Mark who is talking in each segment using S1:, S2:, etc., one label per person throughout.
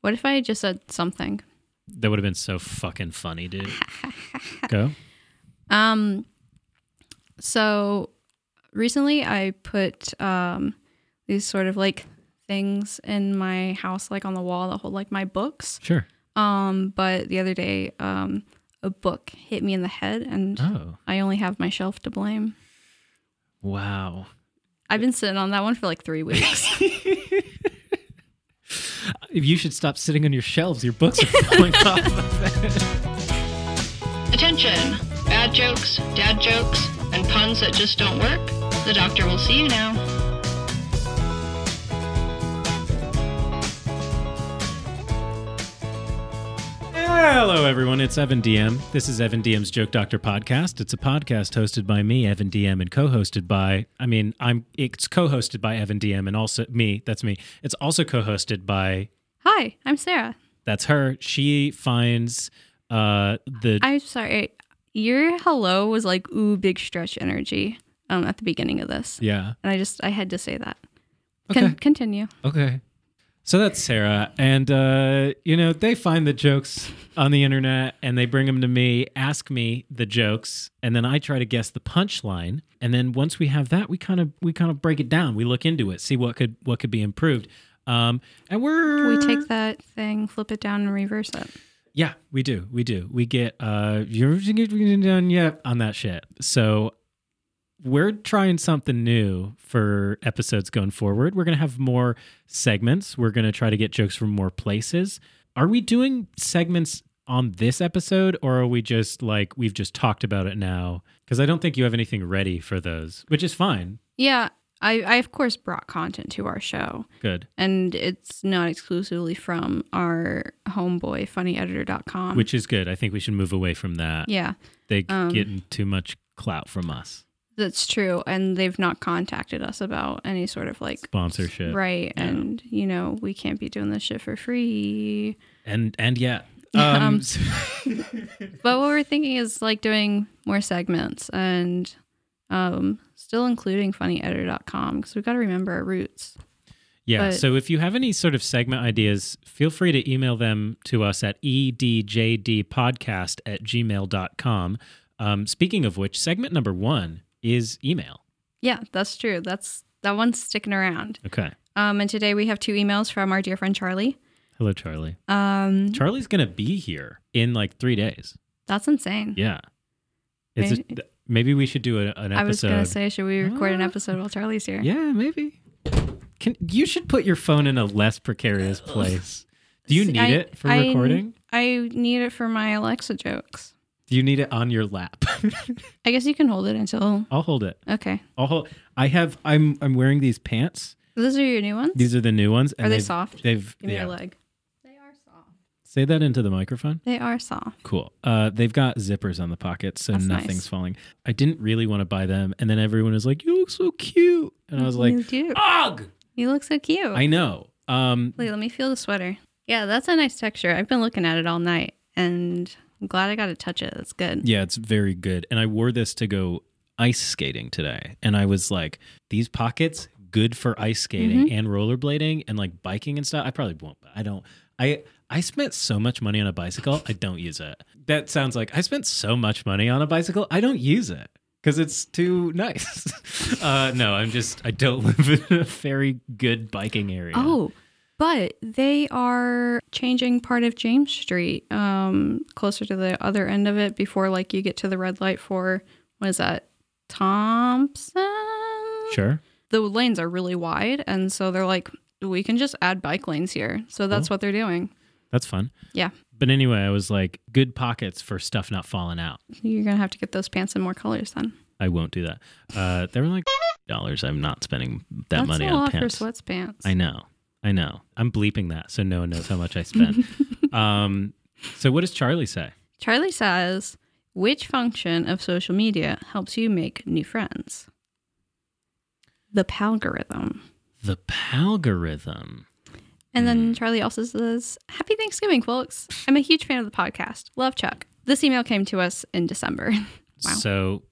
S1: What if I just said something?
S2: That would have been so fucking funny, dude. Go.
S1: Um, so recently I put um, these sort of like things in my house, like on the wall that hold like my books.
S2: Sure.
S1: Um, but the other day, um, a book hit me in the head, and
S2: Oh.
S1: I only have my shelf to blame.
S2: Wow.
S1: I've been sitting on that one for like three weeks.
S2: If you should stop sitting on your shelves, your books are falling off.
S3: Attention! Bad jokes, dad jokes, and puns that just don't work. The doctor will see you now.
S2: Hello, everyone. It's Evan DM. This is Evan DM's Joke Doctor podcast. It's a podcast hosted by me, Evan DM, and co-hosted by. I mean, I'm. It's co-hosted by Evan DM and also me. That's me. It's also co-hosted by.
S1: Hi, I'm Sarah.
S2: That's her. She finds uh the
S1: I'm sorry. Your hello was like ooh big stretch energy um at the beginning of this.
S2: yeah.
S1: And I just I had to say that. Con-
S2: Okay.
S1: continue.
S2: Okay. So that's Sarah. And, uh, you know, they find the jokes on the internet and they bring them to me, ask me the jokes. And then I try to guess the punchline. And then once we have that, we kind of, we kind of break it down. We look into it, see what could, what could be improved. Um, and we're,
S1: We take that thing, flip it down and reverse it.
S2: yeah, we do. We do. We get uh you're done yet on that shit. So we're trying something new for episodes going forward. We're gonna have more segments. We're gonna try to get jokes from more places. Are we doing segments on this episode or are we just like we've just talked about it now? Because I don't think you have anything ready for those, which is fine.
S1: Yeah, I I of course brought content to our show
S2: Good.
S1: and it's not exclusively from our homeboy funnyeditor.com.
S2: Which is good. I think we should move away from that.
S1: Um, yeah,
S2: They
S1: um,
S2: getting too much clout from us.
S1: that's true and they've not contacted us about any sort of like
S2: Sponsorship.
S1: Right,
S2: Yeah.
S1: and you know, we can't be doing this shit for free.
S2: And and yeah.
S1: Um,
S2: Um,
S1: But what we're thinking is like doing more segments and um, still including funnyeditor.com because we've got to remember our roots.
S2: yeah.
S1: but-
S2: so if you have any sort of segment ideas, feel free to email them to us at e edjdpodcast at gmail.com. Um, speaking of which, segment number one is email.
S1: Yeah, that's true. That's that one's sticking around.
S2: Okay.
S1: Um, and today we have two emails from our dear friend Charlie.
S2: Hello, Charlie.
S1: Um,
S2: Charlie's going to be here in like three days.
S1: that's insane.
S2: Yeah. It's
S1: Maybe-
S2: maybe, maybe we should do a, an episode.
S1: I was gonna say, should we record an
S2: Ah.
S1: episode while Charlie's here?
S2: Yeah, maybe. Can You should put your phone in a less precarious place. Do you
S1: See,
S2: need
S1: I-
S2: it for
S1: I-
S2: recording?
S1: I need it for my Alexa jokes.
S2: Do you need it on your lap?
S1: I guess you can hold it until
S2: I'll hold it.
S1: okay.
S2: I'll hold. I have. I'm. I'm wearing these pants.
S1: Those are your new ones.
S2: These are the new ones.
S1: Are they
S2: they've-
S1: soft?
S2: They've.
S1: Give me
S2: yeah.
S1: your leg. They are soft.
S2: Say that into the microphone.
S1: They are soft.
S2: Cool. Uh, they've got zippers on the pockets, so
S1: That's
S2: nothing's
S1: nice.
S2: falling. I didn't really want to buy them, and then everyone was like, "You look so cute," and I was like,
S1: you do.
S2: "Ugh!"
S1: You look so cute.
S2: I know. Um,
S1: Wait, let me feel the sweater. Yeah, that's a nice texture. I've been looking at it all night and I'm glad I got to touch it. It's good.
S2: Yeah, it's very good. And I wore this to go ice skating today. And I was like, these pockets, good for ice skating and rollerblading and like biking and stuff. I probably won't, but I don't. I I spent so much money on a bicycle. I don't use it. That sounds like I spent so much money on a bicycle. I don't use it because it's too nice. uh, no, I'm just, I don't live in a very good biking area.
S1: Oh, but they are changing part of James Street um, closer to the other end of it before like you get to the red light for what is that? Thompson.
S2: Sure.
S1: The lanes are really wide and so they're like we can just add bike lanes here. So that's what they're doing.
S2: That's fun.
S1: Yeah.
S2: But anyway, I was like, good pockets for stuff not falling out.
S1: You're going to have to get those pants in more colors then.
S2: I won't do that. Uh, they were like dollars. I'm not spending that
S1: That's
S2: money
S1: a
S2: on
S1: lot
S2: pants.
S1: for sweatpants.
S2: I know. I know. I'm bleeping that so no one knows how much I spent. um, so what does Charlie say?
S1: Charlie says, which function of social media helps you make new friends? The palgorithm.
S2: The palgorithm.
S1: And
S2: Mm-hmm.
S1: then Charlie also says, Happy Thanksgiving, folks. I'm a huge fan of the podcast. Love Chuck. This email came to us in December. Wow.
S2: So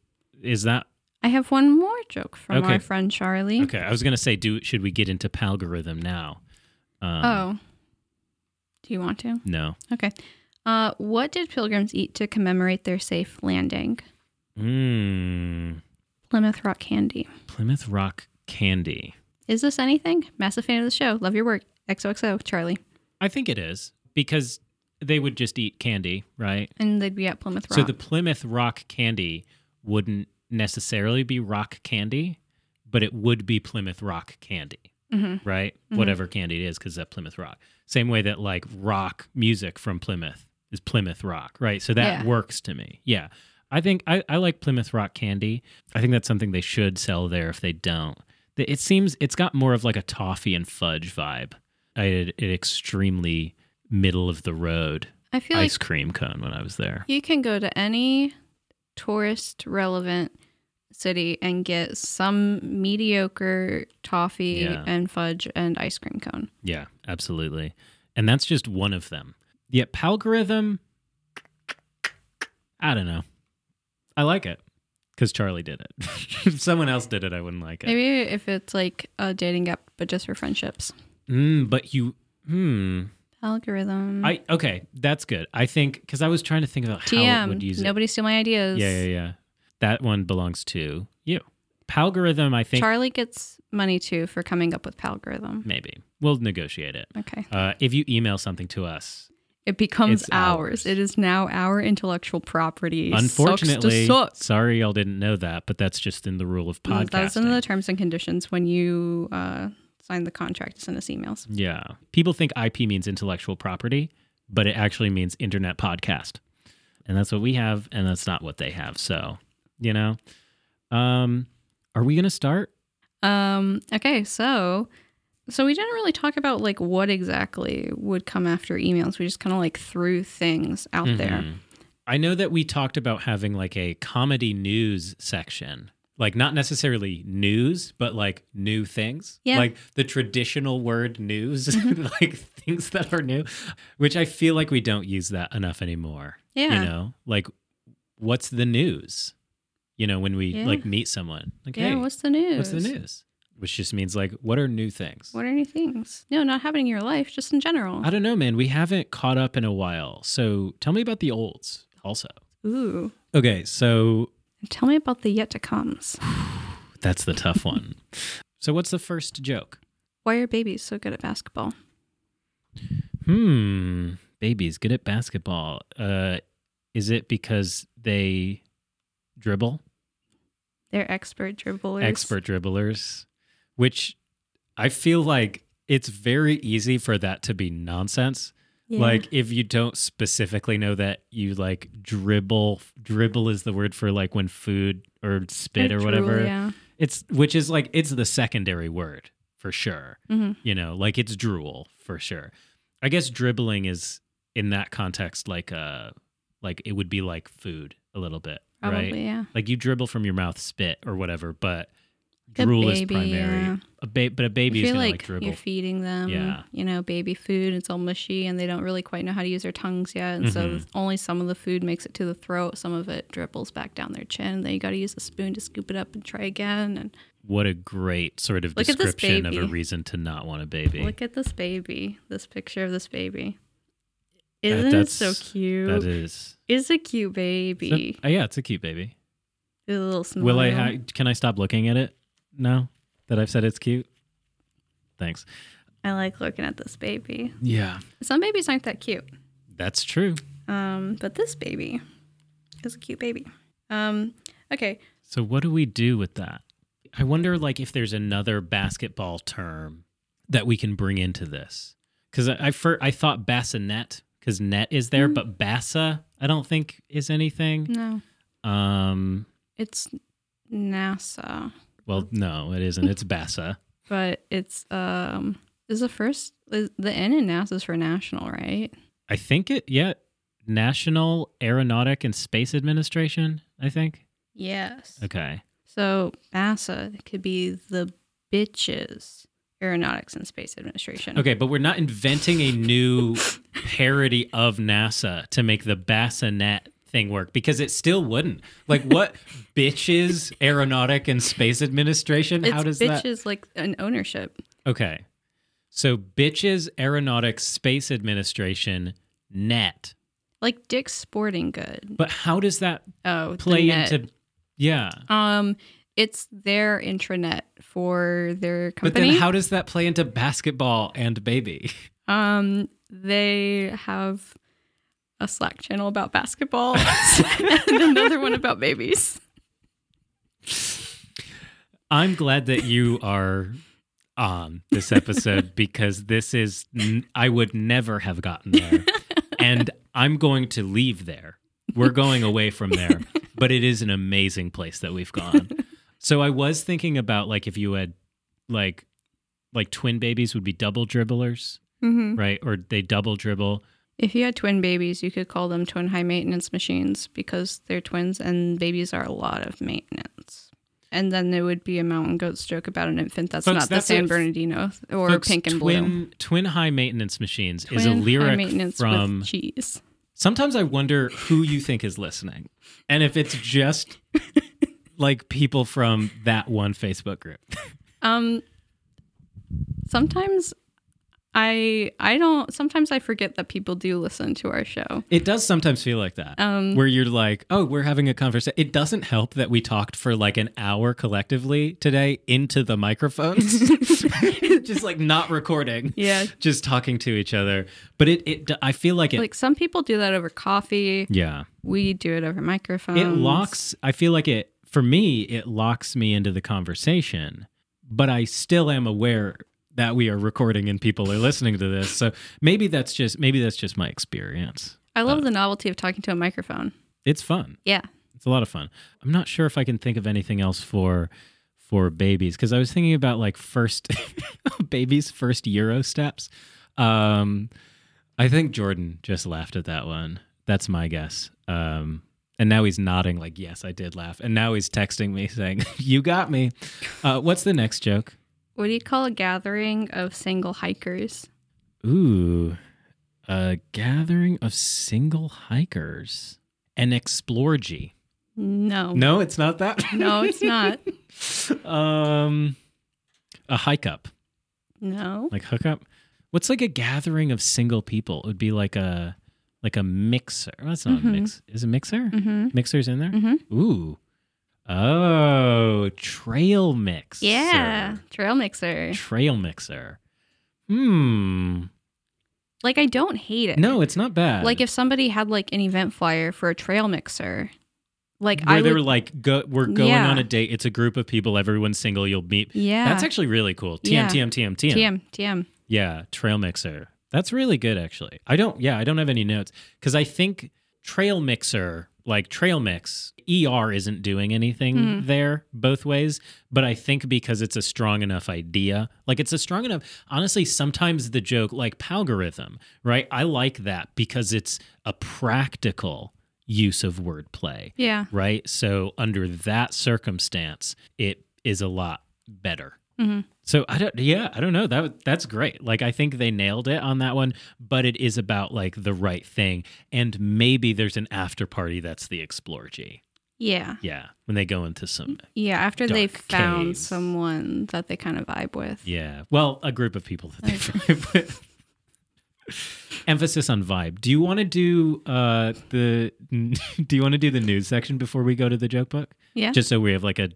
S2: is that
S1: I have one more joke from
S2: Okay.
S1: our friend Charlie.
S2: okay? I was gonna say, do should we get into palgorithm now? Um,
S1: Oh. Do you want to?
S2: No.
S1: Okay. Uh, what did pilgrims eat to commemorate their safe landing?
S2: Mmm.
S1: Plymouth Rock candy.
S2: Plymouth Rock candy.
S1: Is this anything? Massive fan of the show. Love your work. XOXO, Charlie.
S2: I think it is because they would just eat candy, right?
S1: And they'd be at Plymouth Rock.
S2: So the Plymouth Rock candy wouldn't necessarily be rock candy, but it would be Plymouth Rock candy,
S1: Mhm.
S2: right? Whatever candy it is, because that Plymouth Rock. Same way that like rock music from Plymouth is Plymouth Rock, right? So that
S1: Yeah.
S2: works to me. Yeah. I think I, I like Plymouth Rock candy. I think that's something they should sell there if they don't. Th- It seems it's got more of like a toffee and fudge vibe. I had an extremely middle of the road
S1: I feel like
S2: ice cream cone when I was there.
S1: you can go to any tourist relevant city and get some mediocre toffee
S2: Yeah.
S1: and fudge and ice cream cone.
S2: Yeah, absolutely. And that's just one of them. Yeah, Palgorithm, I don't know. I like it because Charlie did it. if someone else did it, I wouldn't like it.
S1: Maybe if it's like a dating app, but just for friendships.
S2: Mm, but you, hmm.
S1: Algorithm.
S2: I okay, that's good. I think because I was trying to think about how it would use
S1: TM. Nobody steal my
S2: it.
S1: ideas.
S2: Yeah, yeah, yeah. That one belongs to you. Palgorithm, I think Mm.
S1: Charlie gets money too for coming up with Palgorithm.
S2: maybe we'll negotiate it.
S1: Okay.
S2: Uh, if you email something to us,
S1: It becomes
S2: It's ours.
S1: ours. It is now our intellectual property. Sucks to
S2: Unfortunately,
S1: suck. Mm,
S2: sorry y'all didn't know that, but that's just in the rule of podcasting.
S1: That's in the terms and conditions when you uh, sign the contract to send us emails.
S2: yeah. People think IP means intellectual property, but it actually means internet podcast. And that's what we have, and that's not what they have. So, you know, um, are we going to start?
S1: Um, okay, so so we didn't really talk about like what exactly would come after emails. We just kind of like threw things out there.
S2: Mhm. I know that we talked about having like a comedy news section. Like not necessarily news, but like new things.
S1: Yeah. Mm-hmm.
S2: Like the traditional word news, like things that are new, which I feel like we don't use that enough anymore.
S1: Yeah.
S2: You know, like what's the news? You know, when we
S1: Yeah.
S2: like meet someone. Like,
S1: Yeah,
S2: hey,
S1: what's the news?
S2: what's the news? Which just means like what are new things?
S1: What are any things? No, not happening in your life, just in general.
S2: I don't know, man. We haven't caught up in a while. So tell me about the olds also.
S1: Ooh.
S2: Okay, so
S1: Tell me about the yet to comes.
S2: That's the tough one. so what's the first joke?
S1: Why are babies so good at basketball?
S2: Hmm. Babies good at basketball. Uh, is it because they dribble?
S1: They're expert dribblers.
S2: Expert dribblers, which I feel like it's very easy for that to be nonsense.
S1: Yeah.
S2: Like if you don't specifically know that you like dribble, dribble is the word for like when food or spit or
S1: Drool,
S2: whatever.
S1: Yeah.
S2: It's which is like it's the secondary word for sure.
S1: hmm
S2: you know like it's drool for sure i guess dribbling is in that context like uh like it would be like food a little bit
S1: Probably,
S2: right
S1: yeah.
S2: like you dribble from your mouth spit or whatever but
S1: A
S2: drool is
S1: baby,
S2: primary
S1: yeah.
S2: a ba- but a baby
S1: you
S2: is
S1: feel
S2: gonna like,
S1: like,
S2: dribble
S1: you're feeding them,
S2: Yeah.
S1: you know, baby food. It's all mushy, and they don't really quite know how to use their tongues yet. And so
S2: Mm-hmm.
S1: only some of the food makes it to the throat. Some of it dribbles back down their chin. Then you got to use a spoon to scoop it up and try again. And
S2: what a great sort of
S1: Look at this
S2: description of a
S1: baby.
S2: reason to not want a baby
S1: look at this baby. This picture of this baby. Isn't it
S2: that's-
S1: so cute?
S2: that is
S1: It's a cute baby.
S2: oh, yeah it's a cute baby
S1: With a little smile.
S2: will i ha- can i stop looking at it now that i've said it's cute thanks
S1: I like looking at this baby.
S2: yeah
S1: Some babies aren't that cute.
S2: that's true
S1: Um, but this baby is a cute baby. Um, okay.
S2: So what do we do with that? I wonder like if there's another basketball term that we can bring into this. Cuz I I, fir- I thought bassinet cuz net is there but bassa I don't think is anything.
S1: No.
S2: Um
S1: It's NASA,
S2: well no, it isn't. It's bassa.
S1: but it's um is the first is the N in NASA is for national, right?
S2: I think it yeah, National Aeronautic and Space Administration, I think.
S1: Yes.
S2: Okay.
S1: So NASA could be the bitches Aeronautics and Space Administration.
S2: Okay, but we're not inventing a new parody of NASA to make the bassinet thing work because it still wouldn't. Like, what bitches Aeronautic and Space Administration?
S1: It's
S2: How does
S1: bitches like an ownership.
S2: that? Okay, So bitches aeronautics space administration net.
S1: Like Dick's Sporting Good.
S2: But how does that
S1: Oh, the
S2: play
S1: net.
S2: into yeah?
S1: Um, it's their intranet for their
S2: But
S1: company.
S2: then how does that play into basketball and baby?
S1: Um, they have a Slack channel about basketball and another one about babies.
S2: I'm glad that you are on this episode because this is n- I would never have gotten there. and I'm going to leave there. We're going away from there, but it is an amazing place that we've gone. So I was thinking about like if you had like like twin babies would be double dribblers,
S1: Mm-hmm.
S2: right? Or they double dribble.
S1: If you had twin babies, you could call them twin high maintenance machines because they're twins and babies are a lot of maintenance. And then there would be a mountain goat's joke about an infant that's
S2: Folks,
S1: not
S2: that's
S1: the San
S2: it.
S1: Bernardino or
S2: Folks,
S1: pink and
S2: twin,
S1: blue.
S2: Twin high maintenance machines
S1: Twin
S2: is a
S1: high
S2: lyric
S1: maintenance
S2: from
S1: with cheese.
S2: Sometimes I wonder who you think is listening and if it's just like people from that one Facebook group.
S1: Um, sometimes I I don't. Sometimes I forget that people do listen to our show.
S2: It does sometimes feel like that,
S1: Um,
S2: where you're like, oh, we're having a conversation. It doesn't help that we talked for like an hour collectively today into the microphones, just like not recording.
S1: Yeah.
S2: Just talking to each other. But it, it I feel like it,
S1: Like some people do that over coffee.
S2: yeah.
S1: We do it over microphones.
S2: it locks i feel like it for me it locks me into the conversation but i still am aware that we are recording and people are listening to this so maybe that's just maybe that's just my experience
S1: I love the novelty of talking to a microphone.
S2: it's fun
S1: Yeah.
S2: it's a lot of fun i'm not sure if i can think of anything else for for babies because i was thinking about like first babies first euro steps um i think jordan just laughed at that one that's my guess um and now he's nodding like yes i did laugh and now he's texting me saying you got me uh what's the next joke
S1: What do you call a gathering of single hikers?
S2: ooh a gathering of single hikers an explorgy
S1: No.
S2: no it's not that
S1: No, it's not.
S2: um a hike up
S1: No.
S2: like hook up what's like a gathering of single people it would be like a like a mixer well, that's not
S1: Mhm.
S2: a mix is a mixer
S1: Mm-hmm.
S2: mixers in there
S1: Mhm.
S2: ooh oh trail mix
S1: Yeah. Trail mixer.
S2: trail mixer hmm
S1: Like I don't hate it.
S2: no it's not bad
S1: Like if somebody had like an event flyer for a trail mixer, like
S2: where
S1: I
S2: they
S1: would.
S2: were like go, we're going
S1: Yeah.
S2: on a date it's a group of people everyone's single you'll meet
S1: yeah.
S2: that's actually really cool tm
S1: Yeah.
S2: tm tm tm
S1: TM TM.
S2: Yeah, Trail Mixer. That's really good, actually. I don't, yeah, I don't have any notes because I think Trail Mixer, like Trail Mix, ER isn't doing anything
S1: Mm.
S2: there both ways. But I think because it's a strong enough idea, like it's a strong enough, honestly, sometimes the joke, like Palgorithm, right? I like that because it's a practical use of wordplay,
S1: Yeah.
S2: right? So under that circumstance, it is a lot better.
S1: hmm
S2: So I don't yeah, I don't know. That w- that's great. Like I think they nailed it on that one, but it is about like the right thing and maybe there's an after party that's the explorgy.
S1: Yeah.
S2: Yeah, when they go into some
S1: Yeah. After they
S2: Dark
S1: found
S2: caves.
S1: someone that they kind of vibe with.
S2: yeah, well, a group of people that they vibe with. Emphasis on vibe. Do you want to do uh the do you want to do the news section before we go to the joke book?
S1: Yeah. Mm-hmm.
S2: just so we have like a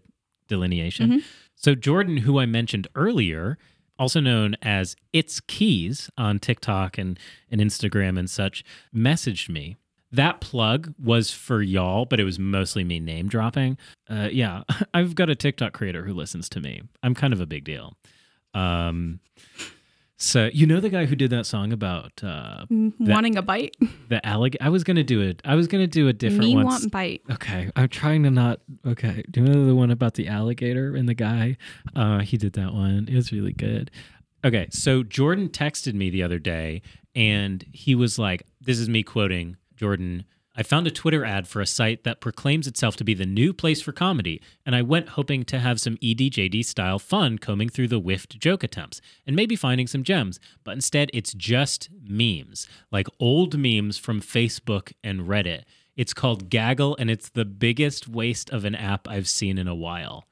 S2: delineation. So Jordan, who I mentioned earlier, also known as It's Keys on TikTok and, and Instagram and such, messaged me. That plug was for y'all, but it was mostly me name dropping. Uh, yeah, I've got a TikTok creator who listens to me. I'm kind of a big deal. Um, so you know the guy who did that song about uh,
S1: Mm, Wanting a bite.
S2: the allig? I was gonna do it. I was gonna do a different
S1: Me
S2: one.
S1: want bite.
S2: Okay, I'm trying to not. Okay, do you know the one about the alligator and the guy? Uh, he did that one. It was really good. Okay, so Jordan texted me the other day, and he was like, "This is me quoting Jordan." I found a Twitter ad for a site that proclaims itself to be the new place for comedy, and I went hoping to have some E EDJD style fun combing through the whiffed joke attempts and maybe finding some gems, but instead it's just memes, like old memes from Facebook and Reddit. It's called Gaggle, and it's the biggest waste of an app I've seen in a while.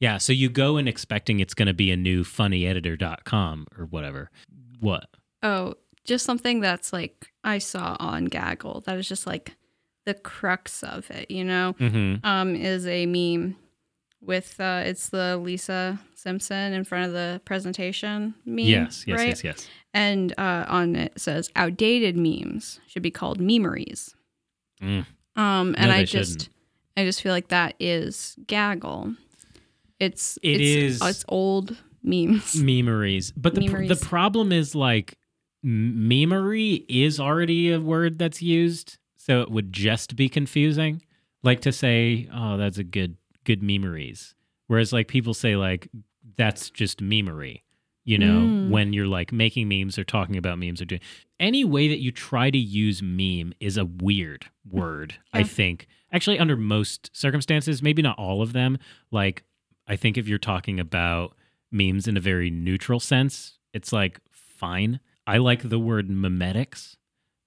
S2: Yeah, so you go in expecting it's going to be a new funnyeditor.com or whatever. What?
S1: Oh, just something that's like I saw on Gaggle that is just like the crux of it, you know,
S2: Mm-hmm.
S1: um, is a meme with uh, it's the Lisa Simpson in front of the presentation meme.
S2: Yes, yes,
S1: right?
S2: yes, yes.
S1: And uh, on it says outdated memes should be called memeries.
S2: Mm.
S1: Um, and
S2: No,
S1: I
S2: they
S1: just,
S2: shouldn't.
S1: I just feel like that is gaggle. It's
S2: It
S1: it's,
S2: is-
S1: it's old memes.
S2: Memories. But the, pr- the
S1: Memories.
S2: problem is like m- memery is already a word that's used, so it would just be confusing. Like to say, "Oh, that's a good good memories." Whereas like people say like that's just memery, you know,
S1: Mm.
S2: when you're like making memes or talking about memes or doing any way that you try to use meme is a weird word, I
S1: Yeah.
S2: think. Actually, under most circumstances, maybe not all of them. Like, I think if you're talking about memes in a very neutral sense, it's like fine. I like the word memetics,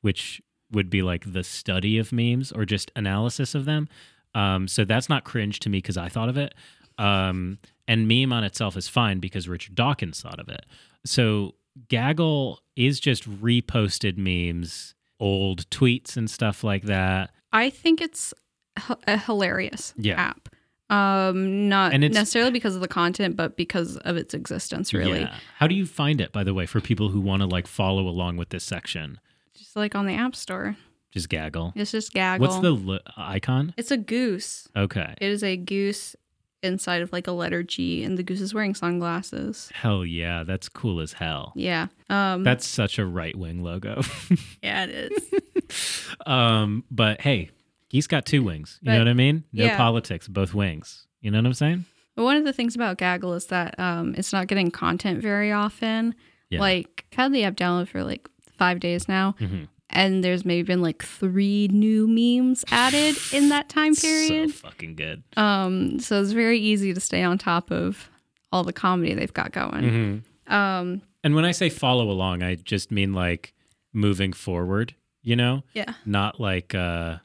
S2: which would be like the study of memes or just analysis of them. Um, so that's not cringe to me because I thought of it. Um, and meme on itself is fine because Richard Dawkins thought of it. So Gaggle is just reposted memes, old tweets and stuff like that.
S1: I think it's h- a hilarious
S2: Yeah.
S1: app. Um, not
S2: And it's-
S1: necessarily because of the content, but because of its existence. Really,
S2: Yeah. How do you find it, by the way, for people who want to like follow along with this section?
S1: just like on the app store,
S2: Just Gaggle.
S1: it's just gaggle.
S2: What's the l- icon?
S1: It's a goose.
S2: Okay.
S1: It is a goose inside of like a letter G, and the goose is wearing sunglasses.
S2: Hell yeah, that's cool as hell.
S1: Yeah. Um,
S2: That's such a right wing logo.
S1: yeah, it is.
S2: um, but hey, he's got two wings. You know
S1: But-
S2: what I mean? No
S1: yeah.
S2: politics, both wings. You know what I'm saying?
S1: But one of the things about Gaggle is that um, it's not getting content very often.
S2: Yeah.
S1: Like, I've had the app download for like five days now,
S2: Mhm.
S1: and there's maybe been like three new memes added in that time period.
S2: So fucking good.
S1: um, so it's very easy to stay on top of all the comedy they've got going.
S2: Mm-hmm.
S1: Um,
S2: And when I say follow along, I just mean like moving forward, you know?
S1: yeah.
S2: Not like uh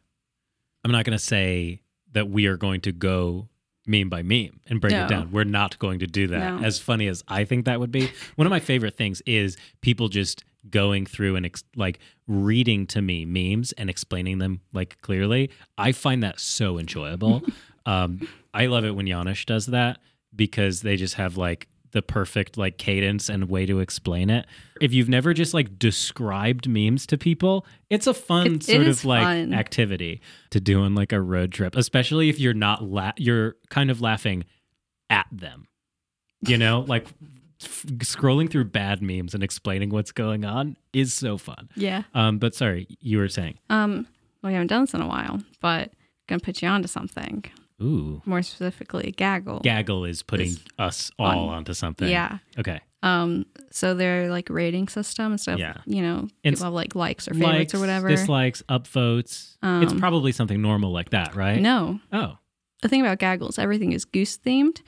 S2: I'm not gonna say that we are going to go meme by meme and break
S1: No.
S2: it down. We're not going to do that.
S1: No.
S2: As funny as I think that would be. One of my favorite things is people just going through and ex- like reading to me memes and explaining them like clearly. I find that so enjoyable. um I love it when Janusz does that because they just have like the perfect like cadence and way to explain it. If you've never just like described memes to people, it's a fun
S1: It- it
S2: sort
S1: is
S2: of like
S1: fun.
S2: activity to do on like a road trip, especially if you're not la- you're kind of laughing at them. You know, like f- scrolling through bad memes and explaining what's going on is so fun.
S1: Yeah.
S2: Um but sorry, you were saying.
S1: Um, well, we haven't done this in a while, but gonna put you onto something
S2: Ooh.
S1: more specifically, Gaggle.
S2: Gaggle is putting
S1: This-
S2: us all
S1: on-
S2: onto something.
S1: Yeah.
S2: Okay.
S1: Um, so their like rating system and stuff.
S2: Yeah.
S1: You know, people
S2: It's-
S1: have like likes or favorites or
S2: Likes,
S1: whatever.
S2: Dislikes, upvotes. it's
S1: Um,
S2: probably something normal like that, right?
S1: No,
S2: Oh.
S1: the thing about Gaggle is everything is goose themed.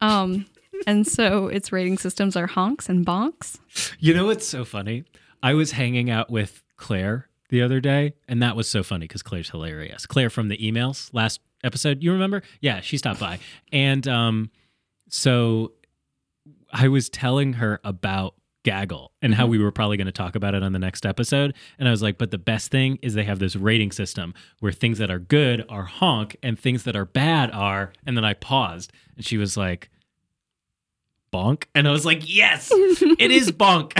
S1: um, and so its rating systems are honks and bonks.
S2: You know what's so funny? I was hanging out with Claire the other day, and that was so funny because Claire's hilarious. Claire from the emails last episode, you remember? Yeah, she stopped by. And um, so I was telling her about Gaggle and how we were probably going to talk about it on the next episode. And I was like, but the best thing is they have this rating system where things that are good are honk and things that are bad are. And then I paused and she was like, bonk. And I was like, yes, it is bonk.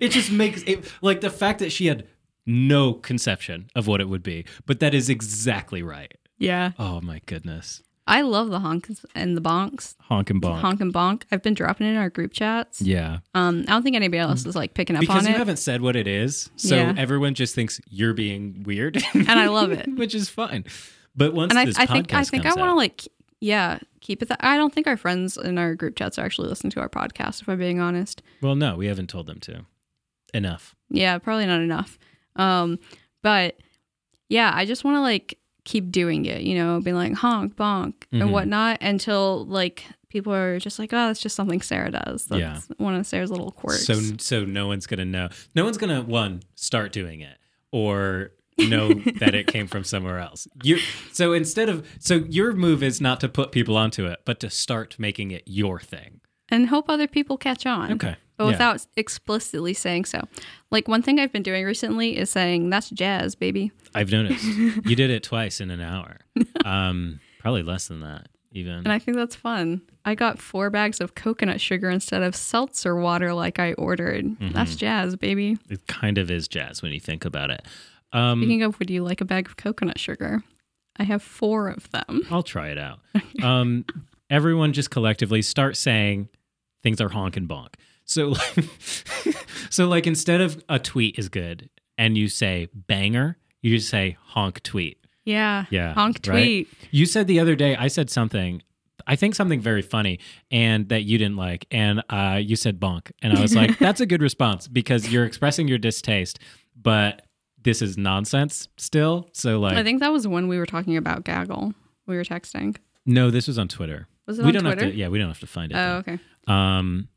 S2: it just makes it like the fact that she had no conception of what it would be, but that is exactly right.
S1: Yeah.
S2: Oh my goodness.
S1: I love the honks and the bonks.
S2: Honk and bonk.
S1: Honk and bonk. I've been dropping it in our group chats.
S2: Yeah.
S1: Um, I don't think anybody else is like picking up
S2: because
S1: on
S2: you
S1: it.
S2: haven't said what it is so
S1: Yeah.
S2: everyone just thinks you're being weird
S1: And I love it.
S2: which is fine but once
S1: and I,
S2: this
S1: I
S2: podcast
S1: think I think I
S2: comes
S1: want to
S2: out-
S1: like yeah keep it. That, I don't think our friends in our group chats are actually listening to our podcast. If I'm being honest,
S2: well no we haven't told them to enough
S1: yeah, probably not enough. Um, but yeah, I just want to like keep doing it. You know, being like honk bonk
S2: Mhm.
S1: and whatnot until like people are just like, oh, that's just something Sarah does. That's
S2: Yeah.
S1: one of Sarah's little quirks.
S2: so so no one's gonna know no one's gonna one start doing it or know that it came from somewhere else. You so instead of so your move is not to put people onto it, but to start making it your thing.
S1: and hope other people catch on.
S2: Okay.
S1: But
S2: Yeah.
S1: without explicitly saying so. Like one thing I've been doing recently is saying, that's jazz, baby.
S2: I've noticed you did it twice in an hour. Um, probably less than that even.
S1: And I think that's fun. I got four bags of coconut sugar instead of seltzer water like I ordered.
S2: Mm-hmm.
S1: That's jazz, baby.
S2: it kind of is jazz when you think about it. Um,
S1: Speaking of, would you like a bag of coconut sugar? I have four of them.
S2: I'll try it out. Um, everyone just collectively start saying things are honk and bonk. So, like, so like instead of a tweet is good, and you say banger, you just say honk tweet.
S1: Yeah.
S2: Yeah,
S1: Honk
S2: right?
S1: tweet.
S2: You said the other day, I said something, I think something very funny, and that you didn't like, and uh, you said bonk, and I was like, that's a good response because you're expressing your distaste, but this is nonsense still. So like,
S1: I think that was when we were talking about gaggle. We were texting.
S2: no, this was on Twitter.
S1: Was it
S2: we
S1: on
S2: don't
S1: Twitter?
S2: have to. Yeah, we don't have to find it.
S1: Oh,
S2: though.
S1: okay.
S2: Um,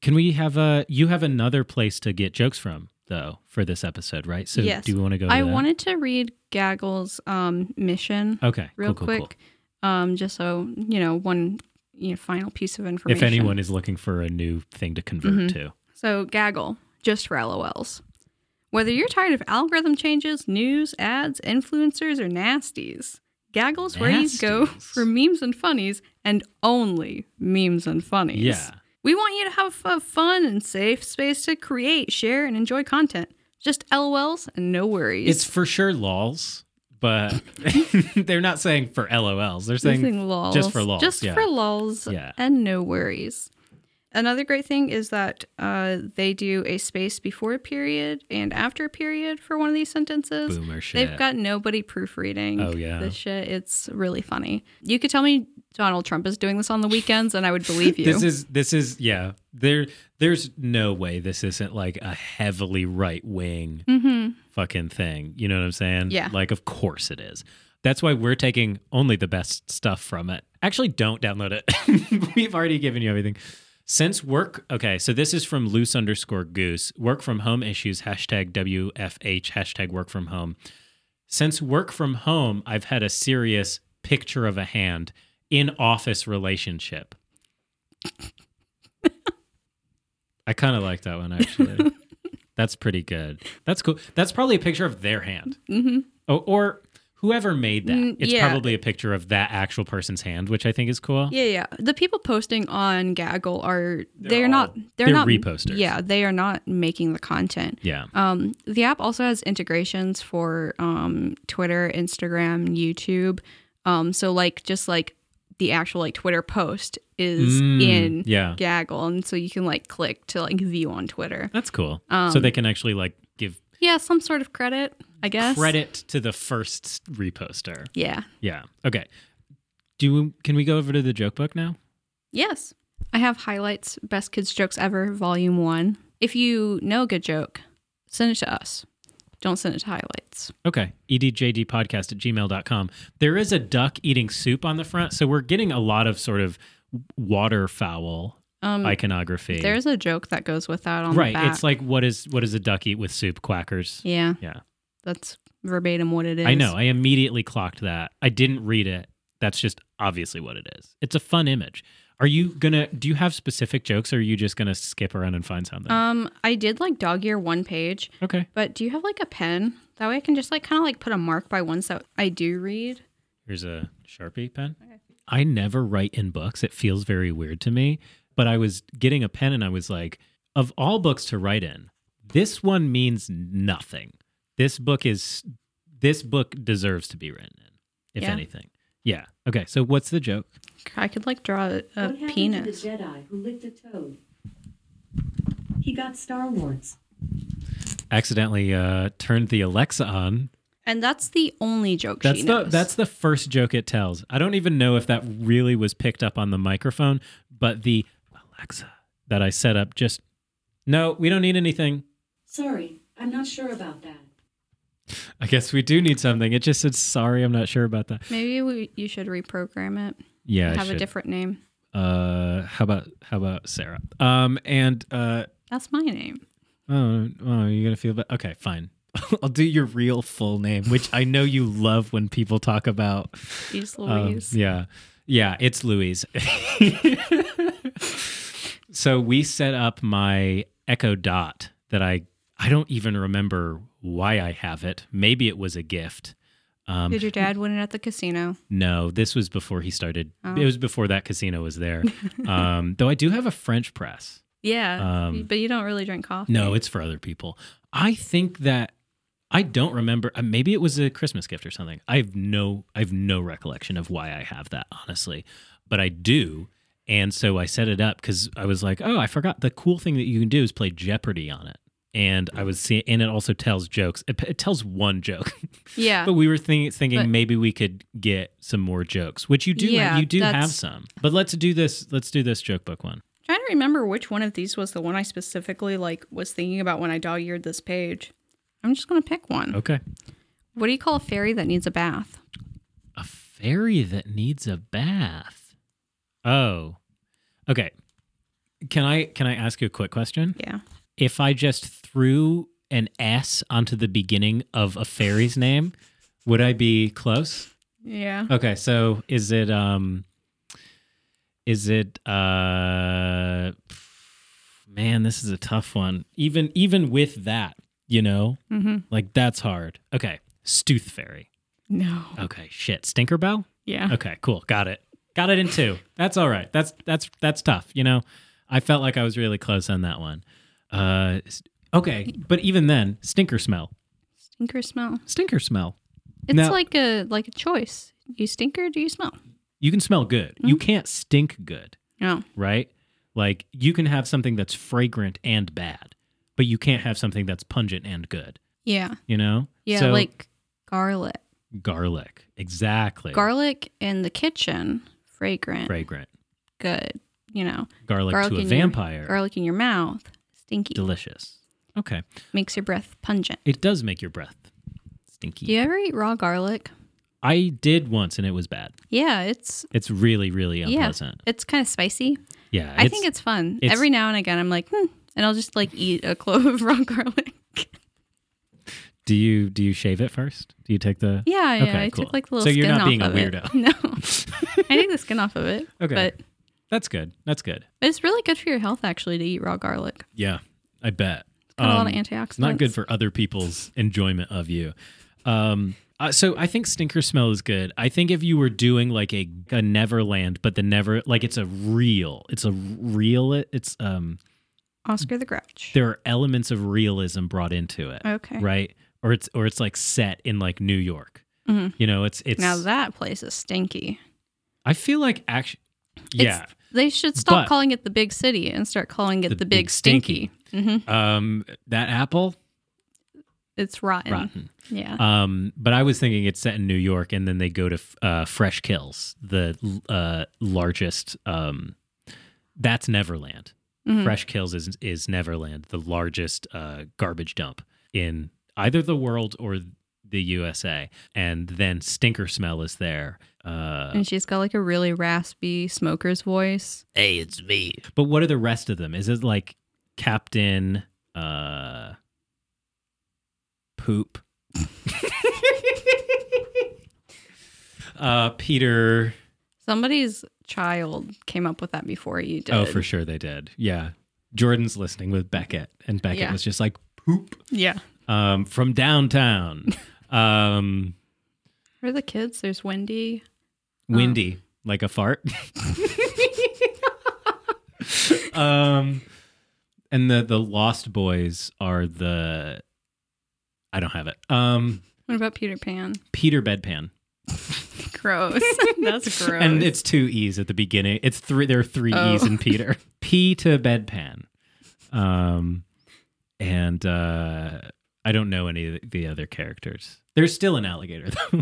S2: can we have a? You have another place to get jokes from though for this episode, right? So
S1: Yes.
S2: do you want to go? to
S1: I
S2: that?
S1: wanted to read Gaggle's um, mission
S2: Okay,
S1: real
S2: cool, cool,
S1: quick,
S2: cool.
S1: Um, just so you know, one you know, final piece of information. Mm-hmm.
S2: If anyone is looking for a new thing to convert to,
S1: So gaggle, just for LOLs. Whether you're tired of algorithm changes, news, ads, influencers, or nasties, gaggle's where you go
S2: Nasties.
S1: for memes and funnies, and only memes and funnies.
S2: yeah,
S1: We want you to have a fun and safe space to create, share, and enjoy content. Just LOLs and no worries.
S2: it's for sure lols, but they're not saying for LOLs. They're saying
S1: Using lulls.
S2: just for lols.
S1: Just
S2: yeah.
S1: for lulls
S2: Yeah.
S1: and no worries. Another great thing is that uh, they do a space before a period and after a period for one of these sentences.
S2: boomer shit.
S1: They've got nobody proofreading
S2: Oh, yeah.
S1: this shit. It's really funny. You could tell me Donald Trump is doing this on the weekends and I would believe you.
S2: This is this is yeah. There there's no way this isn't like a heavily right wing
S1: Mm-hmm.
S2: fucking thing. You know what I'm saying?
S1: Yeah.
S2: Like of course it is. That's why we're taking only the best stuff from it. Actually, don't download it. We've already given you everything. Since work, okay, so this is from loose underscore goose. Work from home issues, hashtag WFH, hashtag work from home. Since work from home, I've had a serious picture of a hand in office relationship. I kind of like that one actually. That's pretty good. That's cool. That's probably a picture of their hand. Mm-hmm. Oh, or whoever made that.
S1: Mm,
S2: it's
S1: yeah.
S2: probably a picture of that actual person's hand, which I think is cool.
S1: yeah, yeah. The people posting on Gaggle are they're,
S2: all-
S1: not they're,
S2: they're
S1: not
S2: reposters.
S1: Yeah, they are not making the content.
S2: Yeah.
S1: Um, the app also has integrations for um, Twitter, Instagram, YouTube. Um, so like just like the actual like Twitter post is
S2: Mm,
S1: in
S2: yeah.
S1: Gaggle, and so you can like click to like view on Twitter.
S2: That's cool. so
S1: Um,
S2: they can actually like give
S1: Yeah, some sort of credit, I guess.
S2: credit to the first reposter.
S1: Yeah.
S2: Yeah. Okay. Do we, can we go over to the joke book now?
S1: Yes. I have highlights, best kids jokes ever, volume one. If you know a good joke, send it to us. Don't send it to highlights.
S2: Okay. E EDJDpodcast at gmail.com. There is a duck eating soup on the front. So we're getting a lot of sort of waterfowl
S1: Um,
S2: iconography.
S1: There's a joke that goes with that on
S2: right.
S1: The back.
S2: It's like what is what does a duck eat with soup? Quackers.
S1: yeah.
S2: Yeah.
S1: That's verbatim what it is.
S2: I know. I immediately clocked that. I didn't read it. That's just obviously what it is. It's a fun image. Are you gonna do you have specific jokes or are you just gonna skip around and find something?
S1: Um, I did like dog ear one page,
S2: okay.
S1: but do you have like a pen? That way I can just like kind of like put a mark by ones that I do read.
S2: Here's a Sharpie pen. I never write in books. It feels very weird to me. But I was getting a pen and I was like, of all books to write in, this one means nothing. This book is this book deserves to be written in, if
S1: Yeah.
S2: anything. Yeah. Okay. So what's the joke?
S1: I could like draw a, a
S4: what happened
S1: penis.
S4: to the Jedi who licked a toad? He got Star Wars.
S2: Accidentally uh, turned the Alexa on.
S1: And that's the only joke
S2: That's
S1: she
S2: the
S1: knows.
S2: that's the first joke it tells. I don't even know if that really was picked up on the microphone, but the Alexa that I set up just no, we don't need anything.
S4: Sorry, I'm not sure about that.
S2: I guess we do need something. It just said, sorry, I'm not sure about that.
S1: Maybe we, you should reprogram it.
S2: Yeah. I
S1: have a
S2: should.
S1: different name.
S2: Uh, how about, how about Sarah? Um, and, uh,
S1: That's my name.
S2: oh, oh, you're going to feel bad. Okay, fine. I'll do your real full name, which I know you love when people talk about.
S1: Jeez
S2: um,
S1: Louise.
S2: yeah, yeah, it's Louise. so we set up my Echo Dot that I I don't even remember why I have it. Maybe it was a gift. Um,
S1: Did your dad win it at the casino?
S2: no, this was before he started.
S1: Oh.
S2: It was before that casino was there. um, though I do have a French press.
S1: Yeah,
S2: Um,
S1: but you don't really drink coffee.
S2: No, it's for other people. I think that I don't remember. uh, Maybe it was a Christmas gift or something. I have no, I have no recollection of why I have that, honestly. But I do, and so I set it up because I was like, oh, I forgot. The cool thing that you can do is play Jeopardy on it, and I was seeing, and it also tells jokes. It, it tells one joke,
S1: yeah,
S2: but we were think, thinking
S1: But-
S2: maybe we could get some more jokes, which you do, have-
S1: Yeah,
S2: you do have
S1: that's-
S2: some. But let's do this. Let's do this joke book one.
S1: trying to remember which one of these was the one I specifically like was thinking about when I dog eared this page. I'm just gonna pick one.
S2: Okay.
S1: What do you call a fairy that needs a bath?
S2: A fairy that needs a bath. Oh. Okay. Can I can I ask you a quick question?
S1: Yeah.
S2: If I just threw an S onto the beginning of a fairy's name, would I be close?
S1: Yeah.
S2: Okay, so is it um is it uh man, this is a tough one. Even even with that, you know?
S1: Mm-hmm.
S2: Like that's hard. Okay. Stooth fairy.
S1: No.
S2: Okay, shit. Stinkerbell?
S1: Yeah.
S2: Okay, cool. Got it. Got it in two. That's all right. That's that's that's tough. You know, I felt like I was really close on that one. Uh, s- okay, but even then, stinker smell,
S1: Stink or smell?
S2: stinker smell.
S1: It's
S2: Now-
S1: like a like a choice. Do you stink or do you smell?
S2: You can smell good. You can't stink good,
S1: No.
S2: right? Like you can have something that's fragrant and bad, but you can't have something that's pungent and good.
S1: Yeah.
S2: You know?
S1: Yeah.
S2: So-
S1: like garlic.
S2: garlic. Exactly.
S1: Garlic in the kitchen, fragrant,
S2: fragrant.
S1: good. You know,
S2: Garlic,
S1: garlic
S2: to a
S1: in
S2: vampire.
S1: Your, garlic in your mouth, stinky.
S2: Delicious. Okay.
S1: Makes your breath pungent.
S2: It does make your breath stinky.
S1: Do you ever eat raw garlic?
S2: I did once and it was bad.
S1: Yeah, it's
S2: It's really, really
S1: Yeah.
S2: unpleasant.
S1: it's kind of spicy.
S2: Yeah.
S1: I think it's fun.
S2: it's-
S1: Every now and again, I'm like, hmm, and I'll just like eat a clove of raw garlic.
S2: Do you do you shave it first? Do you take the
S1: Yeah, yeah.
S2: Okay,
S1: I
S2: cool.
S1: took like the little
S2: So
S1: skin
S2: you're not
S1: off
S2: being a
S1: of it.
S2: weirdo.
S1: No, I take the skin off of it.
S2: Okay.
S1: but
S2: That's good. That's good.
S1: it's really good for your health actually to eat raw garlic.
S2: Yeah. I bet.
S1: It's got a lot
S2: Um,
S1: of antioxidants.
S2: Not good for other people's enjoyment of you. Um uh, so I think stinker smell is good. I think if you were doing like a, a Neverland, but the never like it's a real, it's a real, it's um
S1: Oscar the Grouch.
S2: there are elements of realism brought into it,
S1: Okay,
S2: right? Or it's or it's like set in like New York.
S1: Mhm.
S2: You know, it's it's
S1: now that place is stinky.
S2: I feel like actually, yeah.
S1: They should stop
S2: But-
S1: calling it the big city and start calling it
S2: The
S1: the,
S2: big
S1: big, stinky. hmm
S2: Um, that apple
S1: It's rotten.
S2: rotten.
S1: Yeah.
S2: Um, but I was thinking it's set in New York, and then they go to uh, Fresh Kills, the uh, largest. Um, that's Neverland.
S1: Mhm.
S2: Fresh Kills is is Neverland, the largest uh, garbage dump in either the world or the USA. And then Stinker Smell is there. Uh,
S1: and she's got like a really raspy smoker's voice.
S2: hey, it's me. But what are the rest of them? Is it like Captain uh Poop? uh Peter
S1: Somebody's child came up with that before you did.
S2: Oh, for sure they did. Yeah. Jordan's listening with Beckett and Beckett
S1: Yeah.
S2: was just like poop
S1: Yeah.
S2: um from downtown. um
S1: For the kids, there's Wendy. Oh.
S2: windy like a fart um and the the lost boys are the i don't have it um
S1: What about Peter Pan?
S2: peter bedpan
S1: Gross. That's gross.
S2: and it's two e's at the beginning it's three there are three
S1: Oh.
S2: e's in peter p to bedpan um and uh i don't know any of the other characters there's still an alligator though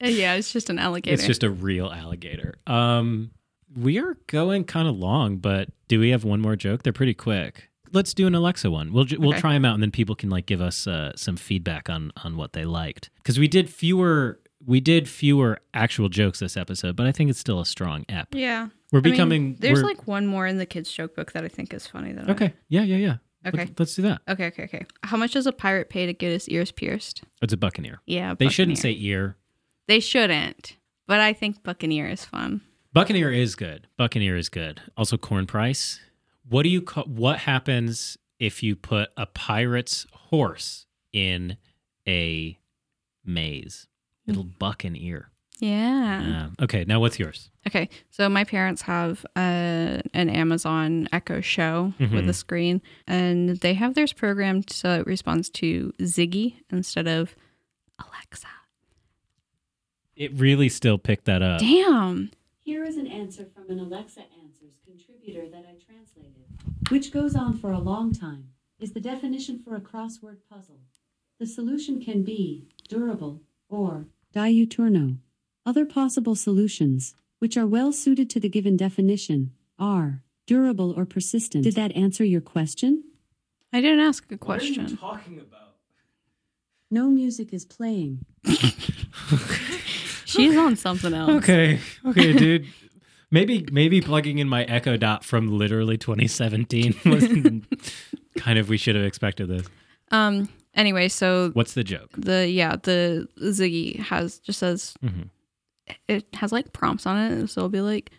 S1: Uh, yeah, it's just an alligator.
S2: It's just a real alligator. Um, we are going kind of long, but do we have one more joke? They're pretty quick. Let's do an Alexa one. We'll ju- we'll
S1: Okay.
S2: try them out, and then people can like give us uh, some feedback on on what they liked because we did fewer we did fewer actual jokes this episode, but I think it's still a strong ep.
S1: yeah.
S2: We're
S1: I mean,
S2: becoming
S1: there's
S2: we're-
S1: like one more in the kids' joke book that I think is funny. That I-
S2: okay, yeah, yeah, yeah.
S1: Okay.
S2: Let's, let's do that.
S1: Okay, okay, okay. How much does a pirate pay to get his ears pierced?
S2: It's a buccaneer.
S1: Yeah,
S2: They shouldn't say
S1: buccaneer.
S2: ear.
S1: They shouldn't. But I think buccaneer is fun.
S2: Buccaneer is good. Buccaneer is good. Also, corn price. What do you call? What happens if you put a pirate's horse in a maze?
S1: Hmm.
S2: It'll buck an ear.
S1: Yeah.
S2: Yeah. okay, now what's yours?
S1: Okay, so my parents have uh, an Amazon Echo Show with a
S2: Mhm.
S1: screen, and they have theirs programmed so it responds to Ziggy instead of Alexa.
S2: It really still picked that up.
S1: Damn.
S4: Here is an answer from an Alexa Answers contributor that I translated, which goes on for a long time, is the definition for a crossword puzzle. The solution can be durable or diuturno. Other possible solutions, which are well suited to the given definition, are durable or persistent. Did that answer your question?
S1: I didn't ask a question.
S2: talking about?
S4: No music is playing.
S1: She's on something else.
S2: Okay, okay, dude. Maybe maybe plugging in my Echo Dot from literally 2017 was kind of we should have expected this.
S1: Um. Anyway, so
S2: What's the joke?
S1: the yeah the Ziggy has just says
S2: Mhm.
S1: it has like prompts on it, so it'll be like,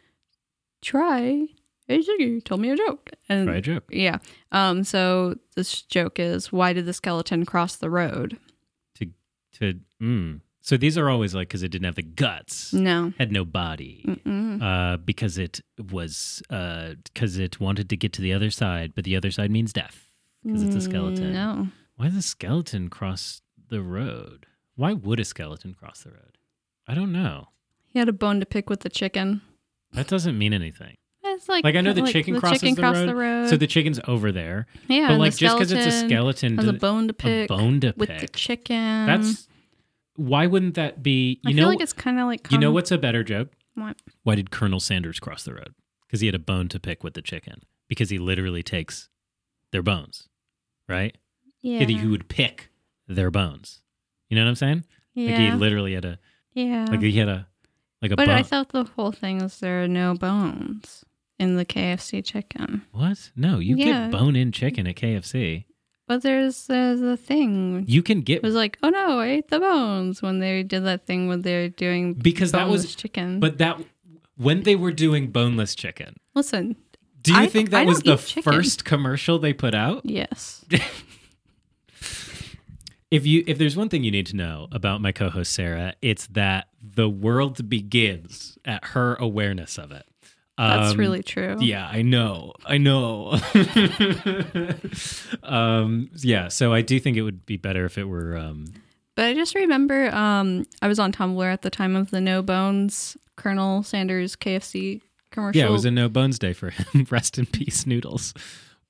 S1: try. Hey Ziggy, tell me a joke. And
S2: Try a joke.
S1: Yeah. Um. So this joke is, why did the skeleton cross the road?
S2: to to mm. so these are always like because it didn't have the guts
S1: No.
S2: had no body
S1: Mm-mm.
S2: uh because it was uh because it wanted to get to the other side but the other side means death because it's a skeleton
S1: No.
S2: why does a skeleton cross the road why would a skeleton cross the road i don't know
S1: He had a bone to pick with the chicken.
S2: that doesn't mean anything
S1: It's like
S2: like i know the chicken crosses
S1: chicken
S2: the,
S1: crossed
S2: road,
S1: the road.
S2: so the chicken's over there
S1: yeah,
S2: but
S1: and
S2: like
S1: the
S2: just because it's a
S1: skeleton
S2: skeleton
S1: has a
S2: does-
S1: bone to pick
S2: bone to
S1: with the
S2: pick.
S1: chicken.
S2: that's why wouldn't that be
S1: I
S2: you know
S1: feel like it's kind of like
S2: you know
S1: com-
S2: what's a better joke
S1: What?
S2: Why did Colonel Sanders cross the road? Because he had a bone to pick with the chicken. Because he literally takes their bones, right?
S1: Yeah.
S2: He- He would pick their bones. You know what I'm saying?
S1: yeah.
S2: Like he literally had a
S1: yeah.
S2: like he had a like a
S1: but
S2: bone.
S1: I thought the whole thing is there are no bones in the KFC chicken.
S2: what? No, you
S1: Yeah.
S2: get bone in chicken at KFC.
S1: But there's there's a thing
S2: You can
S1: It
S2: get
S1: was like, oh no, I ate the bones when they did that thing when they're doing
S2: because that
S1: boneless
S2: was
S1: chicken.
S2: but that when they were doing boneless chicken.
S1: listen,
S2: Do you
S1: I-
S2: think
S1: I
S2: that was
S1: don't
S2: the
S1: eat chicken.
S2: first commercial they put out?
S1: yes,
S2: If you if there's one thing you need to know about my co-host Sarah, it's that the world begins at her awareness of it.
S1: that's
S2: Um,
S1: really true.
S2: Yeah, I know. I know. um, yeah, so I do think it would be better if it were um,
S1: But I just remember, um, I was on Tumblr at the time of the no bones Colonel Sanders KFC commercial.
S2: Yeah, it was a no bones day for him. Rest in peace noodles.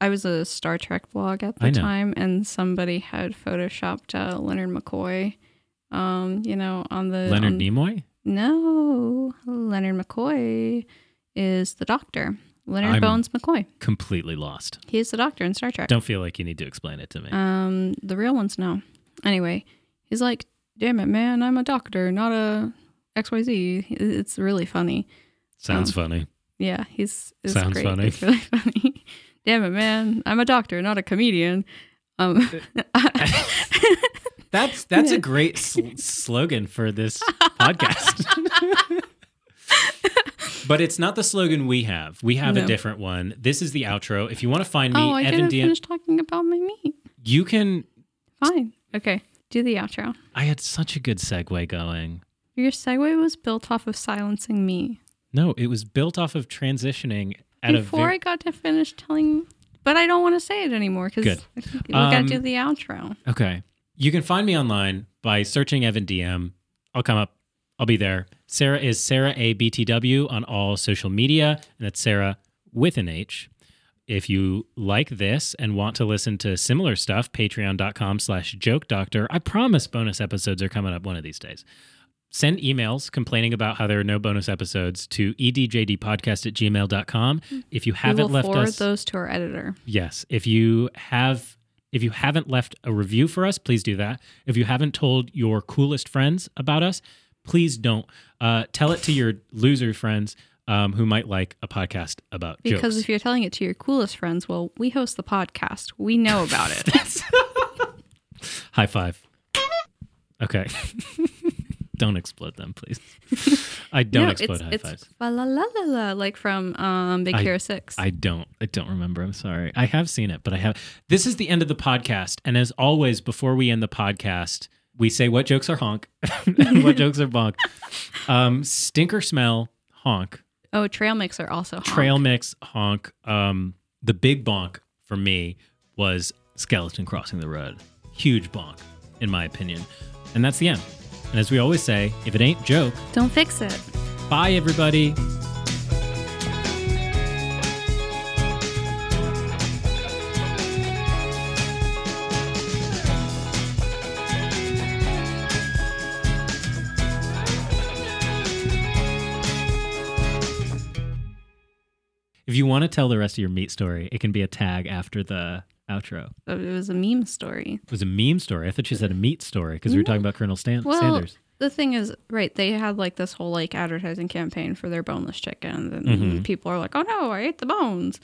S1: I was a Star Trek blog at the
S2: I know.
S1: time, and somebody had photoshopped uh, Leonard McCoy. Um, you know, on the
S2: Leonard
S1: on-
S2: Nimoy?
S1: No, Leonard McCoy is the Doctor. Leonard
S2: I'm-
S1: Bones McCoy.
S2: Completely lost.
S1: He's the Doctor in Star Trek.
S2: Don't feel like you need to explain it to me.
S1: Um, the real ones no. Anyway, he's like, "Damn it, man! I'm a doctor, not a XYZ." It's really funny.
S2: Sounds
S1: um,
S2: funny.
S1: Yeah, he's it's
S2: Sounds
S1: great.
S2: funny.
S1: It's really funny. Damn it, man! I'm a doctor, not a comedian. Um,
S2: That's that's a great sl- slogan for this podcast. but it's not the slogan we have. We have
S1: No.
S2: a different one. This is the outro. If you want to find me,
S1: oh, I
S2: Evan
S1: didn't
S2: DM,
S1: finish talking about my meat.
S2: you can.
S1: Fine, okay. Do the outro.
S2: I had such a good segue going.
S1: Your segue was built off of silencing me
S2: No, it was built off of transitioning at
S1: before
S2: a.
S1: I got to finish telling. But I don't want to say it anymore because
S2: Good.
S1: we gotta
S2: Um,
S1: do the outro.
S2: Ve- okay, you can find me online by searching Evan DM. I'll come up. I'll be there. Sarah is Sarah A B T W on all social media, and that's Sarah with an H. If you like this and want to listen to similar stuff, patreon.com slash joke doctor. I promise bonus episodes are coming up one of these days. Send emails complaining about how there are no bonus episodes to E edjdpodcast at gmail.com. If you
S1: Mm. we
S2: haven't
S1: will
S2: left
S1: forward
S2: us
S1: those to our editor.
S2: Yes. If you have if you haven't left a review for us, please do that. If you haven't told your coolest friends about us, please don't. Uh, tell it to your loser friends. um, who might like a podcast about
S1: Because
S2: jokes.
S1: if you're telling it to your coolest friends, well, we host the podcast. We know about it.
S2: High five. Okay. don't explode them, please. I don't
S1: No,
S2: explode
S1: it's,
S2: high
S1: it's
S2: fives.
S1: fa la la la la, like from um, Big
S2: I-
S1: Hero 6.
S2: I don't. I don't remember. I'm sorry. I have seen it, but I have. This is the end of the podcast. And as always, before we end the podcast, we say what jokes are honk and what jokes are bonk. Um, stinker smell, honk.
S1: oh, trail mix are also honk.
S2: Trail mix, honk. Um, the big bonk for me was skeleton crossing the road. Huge bonk, in my opinion. And that's the end. And as we always say, if it ain't joke,
S1: Don't fix it.
S2: bye, everybody. If you want to tell the rest of your meat story, it can be a tag after the outro.
S1: Oh, It was a meme story.
S2: It was a meme story. I thought she said a meat story because we were talking about Colonel Stan-
S1: Well,
S2: Sanders.
S1: the thing is, right, they had like this whole like advertising campaign for their boneless chicken, and
S2: Mhm.
S1: people are like, oh no, I ate the bones.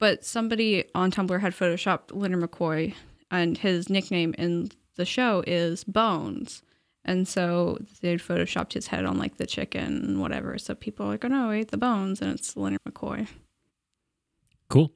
S1: But somebody on Tumblr had photoshopped Leonard McCoy, and his nickname in the show is Bones. And so they'd photoshopped his head on like the chicken and whatever. So people are like, oh no, I ate the bones, and it's Leonard McCoy.
S2: Cool.